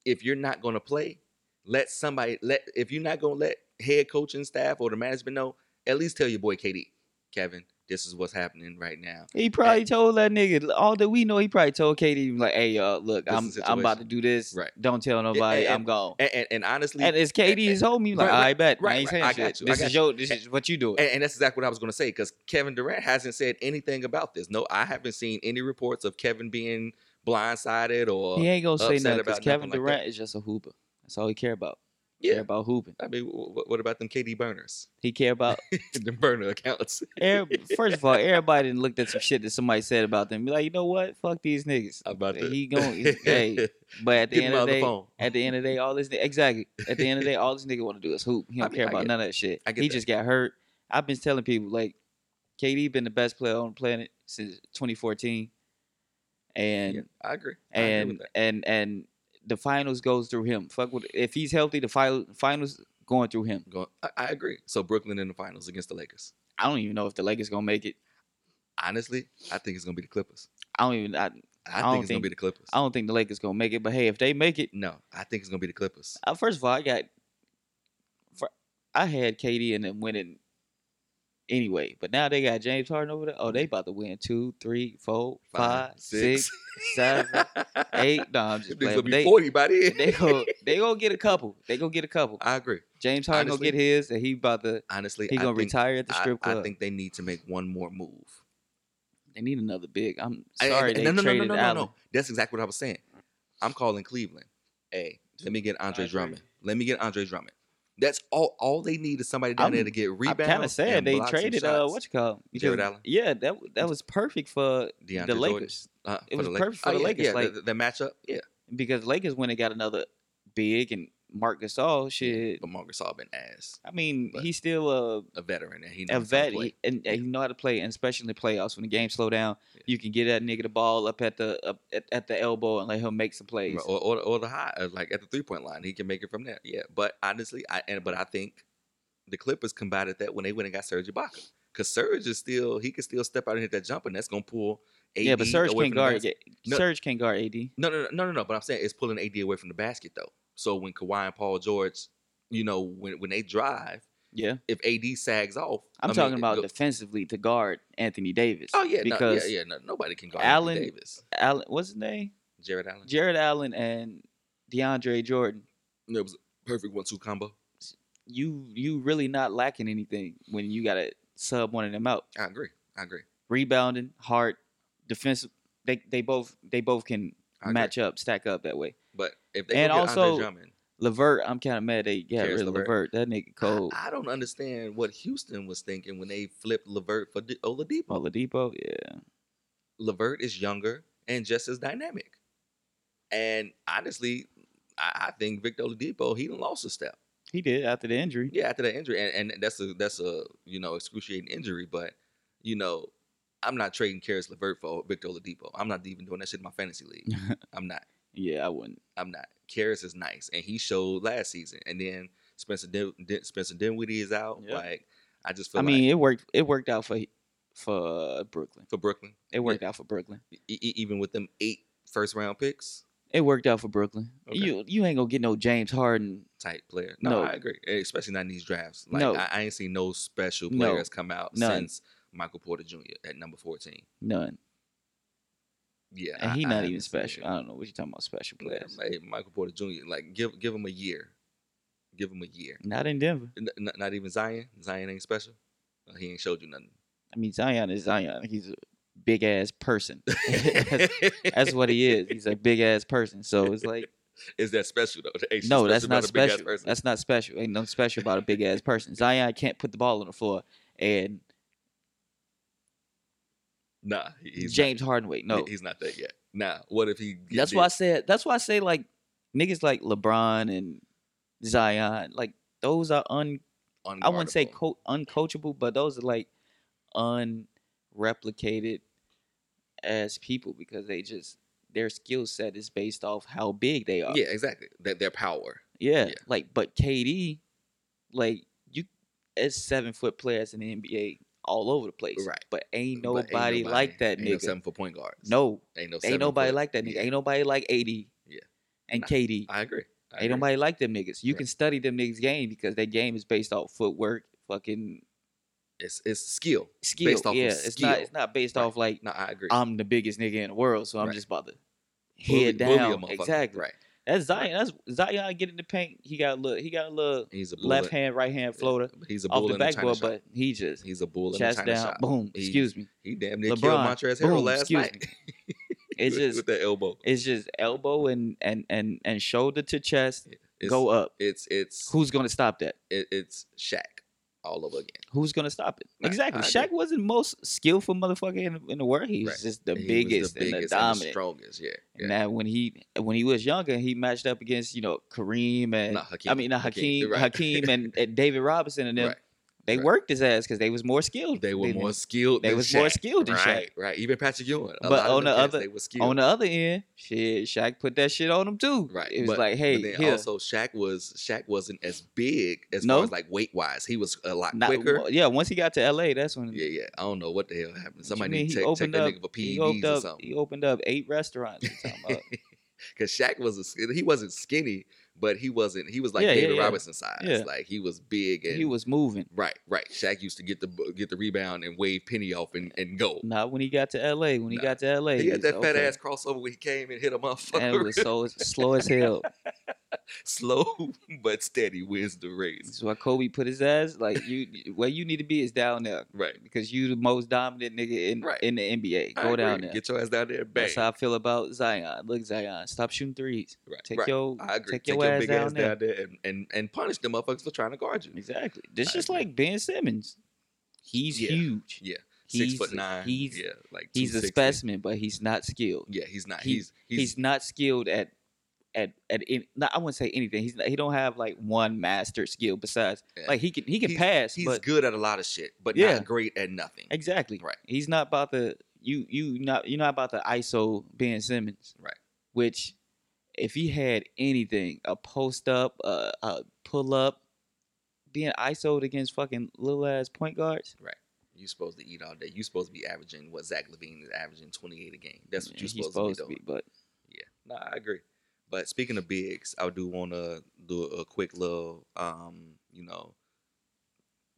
A: if you're not going to play, let somebody let if you're not going to let head coaching staff or the management know, at least tell your boy KD, Kevin, this is what's happening right now.
B: He probably told that nigga. All that we know, he probably told Katie, like, "Hey, y'all, look,
A: This
B: I'm
A: is the
B: I'm about to do this.
A: Right.
B: Don't tell nobody.
A: and-
B: I'm gone."
A: And and, and honestly,
B: And it's Katie his homie. Like,
A: Right, right,
B: I bet.
A: right,
B: I
A: right.
B: ain't saying
A: I
B: shit.
A: got you, I
B: This
A: got
B: is
A: you.
B: your. This is what you do.
A: And, and that's exactly what I was going to say because Kevin Durant hasn't said anything about this. No, I haven't seen any reports of Kevin being blindsided or.
B: He ain't gonna say
A: uh, upset
B: nothing
A: about
B: because Kevin
A: nothing like
B: Durant is just a hooper. That's all he care about. He
A: Yeah.
B: Care about hooping.
A: I mean, what, what about them KD burners?
B: He care about.
A: the burner accounts.
B: every, first of all, everybody done looked at some shit that somebody said about them. Be like, you know what? Fuck these niggas.
A: About that.
B: He going. Hey, but at the
A: Get him
B: end of
A: out
B: the
A: the
B: day,
A: phone.
B: at the end of the day, all this exactly. At the end of the day, all this nigga want to do is hoop. He don't
A: I mean,
B: care
A: I
B: about
A: get-
B: none of that shit.
A: I get
B: he
A: that.
B: just got hurt. I've been telling people like, KD been the best player on the planet since 2014, and
A: Yeah, I agree. I agree with
B: and
A: that.
B: and and the finals goes through him. Fuck with if he's healthy, the final finals going through him.
A: Go- I, I agree. So Brooklyn in the finals against the Lakers.
B: I don't even know if the Lakers gonna make it.
A: Honestly, I think it's gonna be the Clippers.
B: I don't even. I,
A: I,
B: don't
A: think it's gonna
B: think-
A: be the Clippers.
B: I don't think the Lakers gonna make it. But hey, if they make it,
A: no, I think it's gonna be the Clippers.
B: uh, first of all, I got. For, I had KD and them winning. Anyway, but now they got James Harden over there. Oh, they about to win two, three, four, five, six, seven, eight. No, I'm
A: This
B: just
A: gonna
B: playing.
A: be
B: But They,
A: forty by the end.
B: they go. They gonna get a couple. They gonna get a couple.
A: I agree.
B: James Harden
A: honestly-
B: gonna get his, and he about to.
A: Honestly,
B: He
A: I
B: gonna
A: think-
B: retire at the
A: I-
B: strip
A: I,
B: club.
A: think they need to make one more move.
B: they need another big. I'm
A: And-
B: sorry
A: and-
B: they
A: no, no, no,
B: traded
A: no, no,
B: Allen.
A: no, That's exactly what I was saying. I'm calling Cleveland. Hey, let me get Andre
B: agree.
A: Drummond. Let me get Andre Drummond. That's all. All they need is somebody down
B: I'm-
A: there to get
B: I'm
A: rebounds.
B: kind of sad
A: and
B: they
A: block some
B: traded uh
A: shots.
B: what you call him?
A: Jared Allen?
B: Yeah, that that was perfect for
A: DeAndre
B: the
A: Jordan.
B: Lakers
A: Uh,
B: It
A: for
B: was
A: the Lak-
B: perfect for the
A: yeah,
B: Lakers,
A: Yeah,
B: like-
A: the, the matchup. Yeah,
B: because Lakers went and got another big and Mark Gasol shit.
A: but Marcus all been ass,
B: I mean,
A: But-
B: he's still uh,
A: a veteran, and he
B: a
A: knows how to
B: vet
A: play.
B: he- and, and he know how to play, and especially in the playoffs when the game slow down, you can get that nigga the ball up at the up at, at the elbow and let him make some plays.
A: Or, or, or the high, uh, like at the three point line, he can make it from there. Yeah, but honestly, I and but I think the Clippers combated that when they went and got Serge Ibaka, because Serge is still he can still step out and hit that jump, and that's gonna pull. AD
B: yeah, but Serge
A: away
B: can't
A: from the
B: guard.
A: basket. No.
B: Serge can't guard AD.
A: No, no, no, no, no, no. But I'm saying it's pulling AD away from the basket though. So when Kawhi and Paul George, you know, when when they drive,
B: Yeah,
A: if AD sags off, I
B: I'm
A: mean,
B: talking
A: it-
B: about
A: the-
B: defensively to guard Anthony Davis.
A: Oh yeah, no,
B: because
A: yeah, yeah, no, nobody can guard
B: Allen-
A: Allen Davis,
B: Allen, what's his name?
A: Jared Allen.
B: Jared Allen and DeAndre Jordan.
A: It was a perfect one-two combo.
B: You you really not lacking anything when you got to sub one of them out.
A: I agree. I agree.
B: Rebounding, hard, defensive. They they both they both can
A: I agree.
B: match up, stack up that way.
A: But if they
B: And
A: go get
B: also-
A: Andre Drummond,
B: Lavert, I'm kind of mad they got
A: Caris
B: rid of
A: LeVert.
B: Lavert. That nigga cold.
A: I, I don't understand what Houston was thinking when they flipped Levert for D-
B: Oh.
A: Oladipo.
B: Oladipo, yeah.
A: Levert is younger and just as dynamic. And honestly, I, I think Victor Oladipo he done lost a step.
B: He did after the injury.
A: Yeah, after that injury, and, and that's a that's a you know excruciating injury. But you know, I'm not trading Karis Levert for Victor Oladipo. I'm not even doing that shit in my fantasy league. I'm not.
B: yeah, I wouldn't.
A: I'm not. Karras is nice, and he showed last season. And then Spencer Din- Din- Spencer Dinwiddie is out.
B: Yeah.
A: Like I just
B: I
A: feel like
B: mean, it worked. It worked out for for uh, Brooklyn.
A: for Brooklyn,
B: It worked out for Brooklyn.
A: e- e- even with them eight first round picks
B: It worked out for Brooklyn.
A: Okay.
B: You you ain't gonna get no James Harden
A: type player. No,
B: No.
A: I agree, And especially not in these drafts. Like
B: No.
A: I, I ain't seen no special
B: No.
A: players come out
B: None.
A: since Michael Porter Jr. at number fourteen.
B: none.
A: Yeah,
B: And
A: I-
B: he
A: I
B: not
A: haven't
B: even
A: seen it.
B: special. I don't know what you're talking about special
A: Yeah,
B: players.
A: hey, Michael Porter Jr. Like give give him a year, give him a year.
B: Not in Denver.
A: N- n- not even Zion. Zion ain't special. Uh, He ain't showed you nothing.
B: I mean, Zion is Zion. He's a big ass person. that's, that's what he is. He's a big ass person. So it's like,
A: Is that special though? Ain't shit
B: no, that's
A: about
B: not
A: a big-ass
B: special.
A: person.
B: That's not special. Ain't nothing special about a big ass person. Zion can't put the ball on the floor, and
A: nah, he- he's not-
B: James Harden. Wait, no.
A: he- he's not that yet. Nah, what if he?
B: that's
A: did-
B: why I said. That's why I say like niggas like LeBron and Zion. Like those are un. I wouldn't say
A: unguardable?
B: co- uncoachable, but those are like unreplicated as people because they just their skill set is based off how big they are.
A: Yeah, exactly. That their power.
B: Yeah,
A: yeah.
B: Like, but KD, like you, it's seven foot players in the NBA all over the place.
A: Right.
B: But ain't
A: But
B: nobody, like that
A: Ain't no
B: nigga.
A: seven foot point guards.
B: No,
A: ain't no.
B: ain't
A: seven
B: nobody
A: foot-
B: like that nigga.
A: yeah.
B: Ain't nobody like AD.
A: Yeah.
B: and KD.
A: I agree. I
B: Ain't
A: agree.
B: nobody like them niggas. You
A: Right.
B: can study them niggas' game because their game is based off footwork, fucking
A: It's it's skill.
B: skill.
A: Based off of
B: yeah, it's not
A: skill.
B: it's not based
A: Right.
B: off like
A: No, I agree.
B: I'm the biggest nigga in the world, so I'm
A: Right.
B: just about to
A: Bully-
B: Uh, head
A: bully a
B: down.
A: motherfucker.
B: Exactly.
A: Right.
B: That's Zion. That's Zion get in the paint. He got a little he got a little
A: He's a bull
B: left
A: in- eh,
B: hand, right hand floater
A: but He's a bull
B: off the
A: in the China
B: backboard,
A: shop.
B: but he just
A: He's a bull in the
B: chest
A: China
B: down,
A: shop.
B: boom.
A: He-
B: excuse me.
A: He damn near killed
B: LeBron,
A: Montrezl Harrell
B: boom,
A: last
B: excuse
A: night.
B: It's
A: with,
B: just
A: with that elbow.
B: it's just elbow and and and and shoulder to chest
A: It's,
B: go up.
A: It's it's
B: Who's gonna stop that?
A: it, it's Shaq all over again.
B: Who's gonna stop it?
A: Nah,
B: exactly.
A: I
B: Shaq wasn't most skillful motherfucker in, in the world. He was
A: Right.
B: just the
A: He was
B: biggest, and the dominant.
A: strongest. Yeah. yeah.
B: And that when he when he was younger, he matched up against you know Kareem and
A: Nah, Hakeem.
B: I mean not
A: Hakeem,
B: Hakeem, Hakeem,
A: right.
B: and, and David Robinson and them.
A: Right.
B: They
A: right.
B: worked his ass because they was more skilled.
A: They were
B: than
A: more
B: him.
A: skilled.
B: They
A: than
B: was more
A: Shaq.
B: skilled than Shaq.
A: Right. Right. Even Patrick Ewing. A
B: But
A: lot of them
B: on the
A: cats,
B: other-
A: they were skilled.
B: on the other end. Shit, Shaq put that shit on him too.
A: Right.
B: It was
A: but-
B: like, hey,
A: but then
B: here,
A: also Shaq was Shaq wasn't as big as
B: No.
A: far as like weight wise. He was a lot
B: not-
A: quicker.
B: yeah. Once he got to L.A., that's when
A: Yeah, yeah. I don't know what the hell happened. Somebody
B: mean
A: need
B: he
A: to check, check
B: opened
A: that
B: up-
A: nigga for
B: he
A: PEDs
B: opened
A: or
B: up.
A: something.
B: He opened up eight restaurants. you talking about.
A: Because Shaq was a, skin- he wasn't skinny, but he wasn't. He was like
B: Yeah, yeah,
A: David
B: yeah.
A: Robinson size.
B: Yeah.
A: Like he was big and
B: he was moving.
A: right, right. Shaq used to get the get the rebound and wave Penny off and, and go.
B: Not when he got to L.A. When he
A: Nah.
B: got to L.A.,
A: He had
B: it's
A: that fat
B: okay.
A: ass crossover when he came and hit a
B: And it was
A: motherfucker.
B: so slow as hell.
A: Slow but steady wins the race.
B: That's why Kobe put his ass like you. Where you need to be is down there
A: Right.
B: because you the most dominant nigga in
A: Right.
B: in the NBA.
A: I
B: Go down
A: agree.
B: there.
A: Get your ass down there and bang.
B: That's how I feel about Zion. Look, Zion, stop shooting threes.
A: right.
B: Take
A: right.
B: your
A: I agree.
B: take your, ass,
A: big
B: down
A: ass
B: there.
A: down there and, and, and punish the motherfuckers for trying to guard you.
B: Exactly. This
A: I
B: just
A: agree.
B: like Ben Simmons. He's
A: Yeah.
B: huge.
A: Yeah.
B: He's-
A: Six foot nine.
B: he's-
A: yeah, like
B: He's a
A: 260.
B: specimen, but he's not skilled.
A: Yeah, he's not.
B: He-
A: He's
B: He's,
A: he's,
B: not skilled at at at any, no, I wouldn't say anything. He's not, he don't have like one master skill besides
A: Yeah.
B: like he can he can
A: He's-
B: pass,
A: he's
B: but
A: good at a lot of shit, but
B: Yeah.
A: not great at nothing.
B: Exactly.
A: Right.
B: He's not about the you you not you're not about the ISO Ben Simmons.
A: Right.
B: Which, if he had anything, a post up, a, a pull up, being ISO'd against fucking little ass point guards.
A: You supposed to eat all day. You supposed to be averaging what Zach Levine is averaging twenty eight a game. That's what
B: man,
A: you're
B: he's
A: supposed, to be doing.
B: But
A: Yeah, nah, I agree. But speaking of bigs, I do want to do a quick little, um, you know,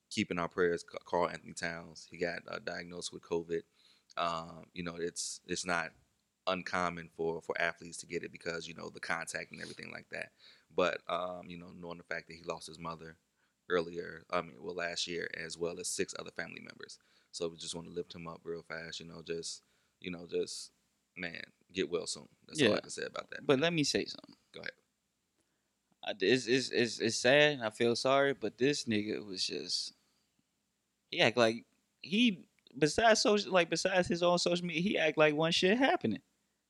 A: keeping our prayers. Ca- Carl Anthony Towns, he got uh, diagnosed with COVID. Um, you know, it's it's not uncommon for for athletes to get it because you know the contact and everything like that. But um, you know, knowing the fact that he lost his mother earlier, I mean, well, last year, as well as six other family members. So we just want to lift him up real fast. You know, just you know, just man, get well soon. That's all
B: Yeah.
A: I can say about that.
B: but let me say something.
A: Go ahead.
B: I, it's, it's it's it's sad and I feel sorry, but this nigga was just he act like he besides social like besides his own social media, he act like one shit happening.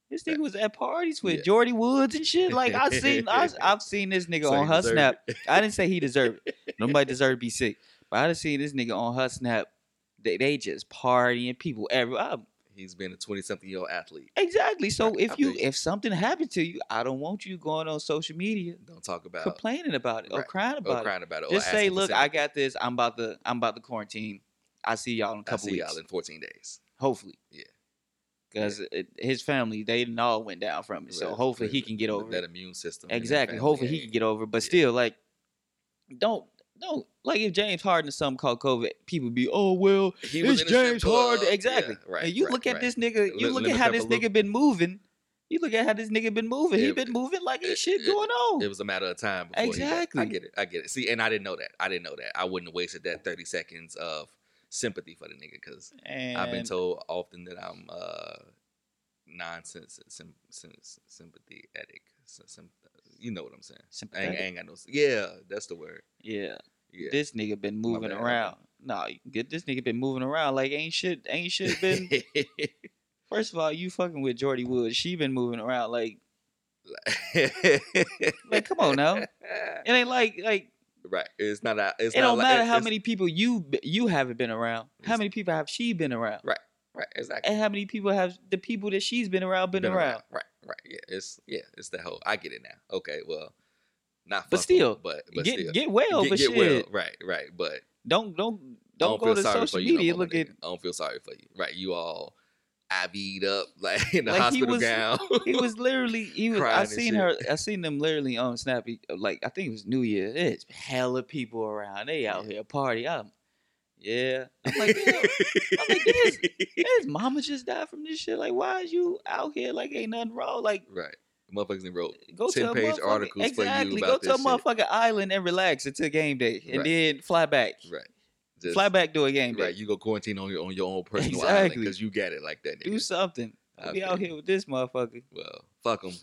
B: This nigga was at parties with
A: Yeah.
B: Jordy Woods and shit. Like I seen I, I've seen this nigga
A: So
B: on
A: he
B: her
A: deserved
B: snap.
A: it.
B: I didn't say he deserved it. Nobody deserved to be sick, but I done seen this nigga on her snap. They, they just partying people every I-
A: He's been a twenty something year old athlete.
B: exactly. So
A: Right, I
B: if you
A: feel you.
B: if something happened to you, I don't want you going on social media
A: Don't talk about
B: complaining about it or
A: Oh, Right.
B: crying
A: or
B: about it.
A: crying about it. Oh, or
B: Just say,
A: asking for
B: look, I
A: sympathy.
B: got this. I'm about to I'm about to quarantine. I see y'all in a
A: I
B: couple
A: see
B: weeks.
A: y'all in fourteen days.
B: Hopefully.
A: Yeah.
B: Because his family, they didn't all went down from it. So
A: Right.
B: hopefully he
A: Right.
B: can get over
A: that
B: it.
A: immune system. and that
B: Exactly.
A: family
B: Hopefully he
A: game.
B: can get over it. But
A: Yeah.
B: still, like, don't don't like if James Harden is something called COVID, people be, oh well,
A: He was
B: it's
A: in a strip
B: James
A: club.
B: Harden. Exactly.
A: Yeah, right.
B: And you
A: right,
B: look at
A: right.
B: this nigga, you
A: Let-
B: look
A: let
B: at
A: me
B: how
A: have a
B: this
A: look.
B: nigga been moving. You look at how this nigga been moving. He
A: It-
B: been moving like ain't
A: it-
B: shit
A: it-
B: going on.
A: It was a matter of time. Before he got-
B: Exactly.
A: I get it. I get it. See, and I didn't know that. I didn't know that. I wouldn't have wasted that thirty seconds of sympathy for the nigga because
B: and
A: I've been told often that I'm uh, nonsense sim, sim, sympathy addict. So, sim, you know what I'm saying? I ain't, I ain't got no. Yeah, that's the word.
B: Yeah.
A: Yeah.
B: This nigga been
A: My
B: moving
A: bad.
B: around. Nah, get this nigga been moving around like ain't shit ain't shit been first of all, you fucking with Jordy Wood. She been moving around like like come on now. It ain't like like
A: right. It's not. A, it's
B: it
A: not
B: don't
A: like-
B: matter
A: it-
B: how
A: it's-
B: many people you b- you haven't been around. How
A: It's-
B: many people have she been around?
A: Right. Exactly.
B: And how many people have the people that she's been around been, around.
A: Right, right. Yeah, it's yeah, it's the whole. I get it now. Okay, well, not.
B: But
A: fuck
B: still,
A: with, but but
B: get
A: still,
B: get well,
A: Get-
B: but
A: get
B: shit.
A: Right, right. But
B: Don't don't
A: I
B: don't go
A: feel
B: to
A: sorry for
B: social
A: you no
B: media
A: more,
B: look at
A: nigga. I don't feel sorry for you. Right, you all IV'd up like in a
B: Like, he
A: hospital
B: was-
A: gown.
B: He was literally he was.
A: Crying
B: I
A: and
B: seen
A: shit.
B: her. I seen them literally on Snappy. Like I think it was New Year. It's hella people around. They out here party. I'm, yeah. I'm like, yeah. I'm like, yes, his mama just died from this shit. Like, why is you out here? Like, ain't nothing wrong. Like,
A: right. Motherfuckers enrolled.
B: go to a
A: 10-page
B: motherfucking-
A: articles for you
B: exactly.
A: about
B: go to
A: this
B: a
A: shit.
B: motherfucking island and relax until game day, and
A: Right.
B: then fly back.
A: Right. Just,
B: fly back to a game day.
A: Right. You go quarantine on your on your own personal
B: Exactly.
A: because you got it like that.
B: Do
A: nigga.
B: something.
A: I
B: Be out
A: feel you.
B: here with this motherfucker.
A: Well, fuck them.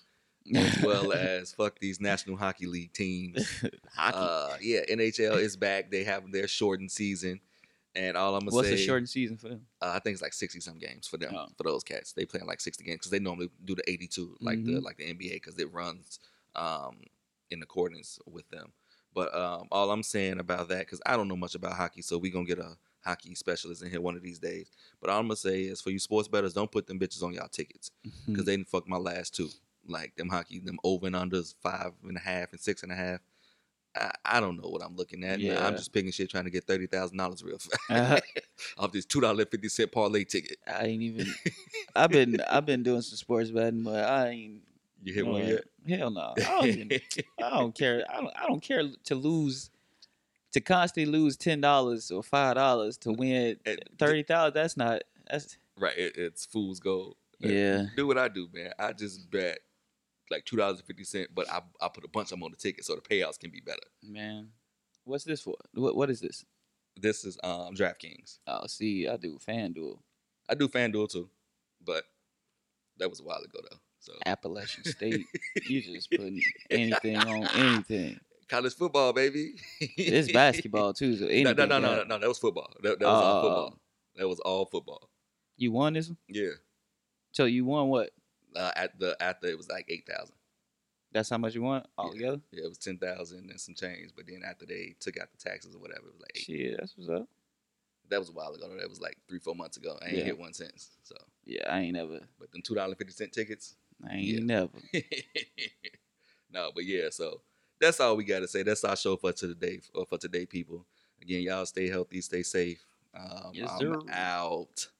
A: As well as fuck these National Hockey League teams.
B: Hockey.
A: Uh, yeah, NHL is back. They have their shortened season, and all I'm gonna
B: What's
A: say,
B: the shortened season for them?
A: uh, I think it's like sixty some games for them
B: Oh.
A: for those cats. They play like sixty games because they normally do the eighty-two like the
B: Mm-hmm.
A: like the NBA because it runs um, in accordance with them. But um, all I'm saying about that because I don't know much about hockey, so we gonna get a hockey specialist in here one of these days. But all I'm gonna say is for you sports bettors, don't put them bitches on y'all tickets
B: Mm-hmm. Mm.
A: because they didn't fuck my last two. Like them hockey, them over and unders, five and a half and six and a half. I, I don't know what I'm looking at. man. I'm
B: Yeah.
A: just picking shit trying to get thirty thousand dollars real fast
B: Uh,
A: off this two dollar fifty cent parlay ticket.
B: I ain't even. I've been I've been doing some sports betting, but I ain't.
A: You hit one yet?
B: Hell no. I don't, even, I don't care. I don't, I don't care to lose. To constantly lose ten dollars or five dollars to win
A: And
B: thirty thousand. That's not. That's
A: right, it, it's fool's gold.
B: yeah.
A: Do what I do, man. I just bet like two dollars and fifty cent, but I I put a bunch of them on the ticket so the payouts can be better.
B: Man, what's this for? What what is this?
A: This is um DraftKings.
B: Oh, see, I do FanDuel,
A: I do FanDuel too, but that was a while ago though. So
B: Appalachian State. you just putting anything on anything.
A: college football, baby.
B: It's basketball too, so anything.
A: No, no, no, no,
B: can
A: no,
B: happen.
A: no. That was football. That, that was all
B: Oh.
A: football. That was all football.
B: You won this one,
A: Yeah.
B: so you won what?
A: Uh, at the after it was like eight thousand.
B: That's how much you want altogether?
A: Yeah, it was ten thousand and some change. But then after they took out the taxes or whatever, it was like eight.
B: Shit, that's what's up.
A: That was a while ago. though. That was like three, four months ago. I ain't
B: Yeah.
A: hit one since. So,
B: Yeah, I ain't never.
A: but them two dollar fifty cent tickets.
B: I ain't
A: Yeah.
B: never.
A: no, but yeah. So that's all we gotta say. That's our show for today. For, for today, people. Again, y'all stay healthy, stay safe. Um,
B: Yes,
A: I'm
B: sir.
A: out.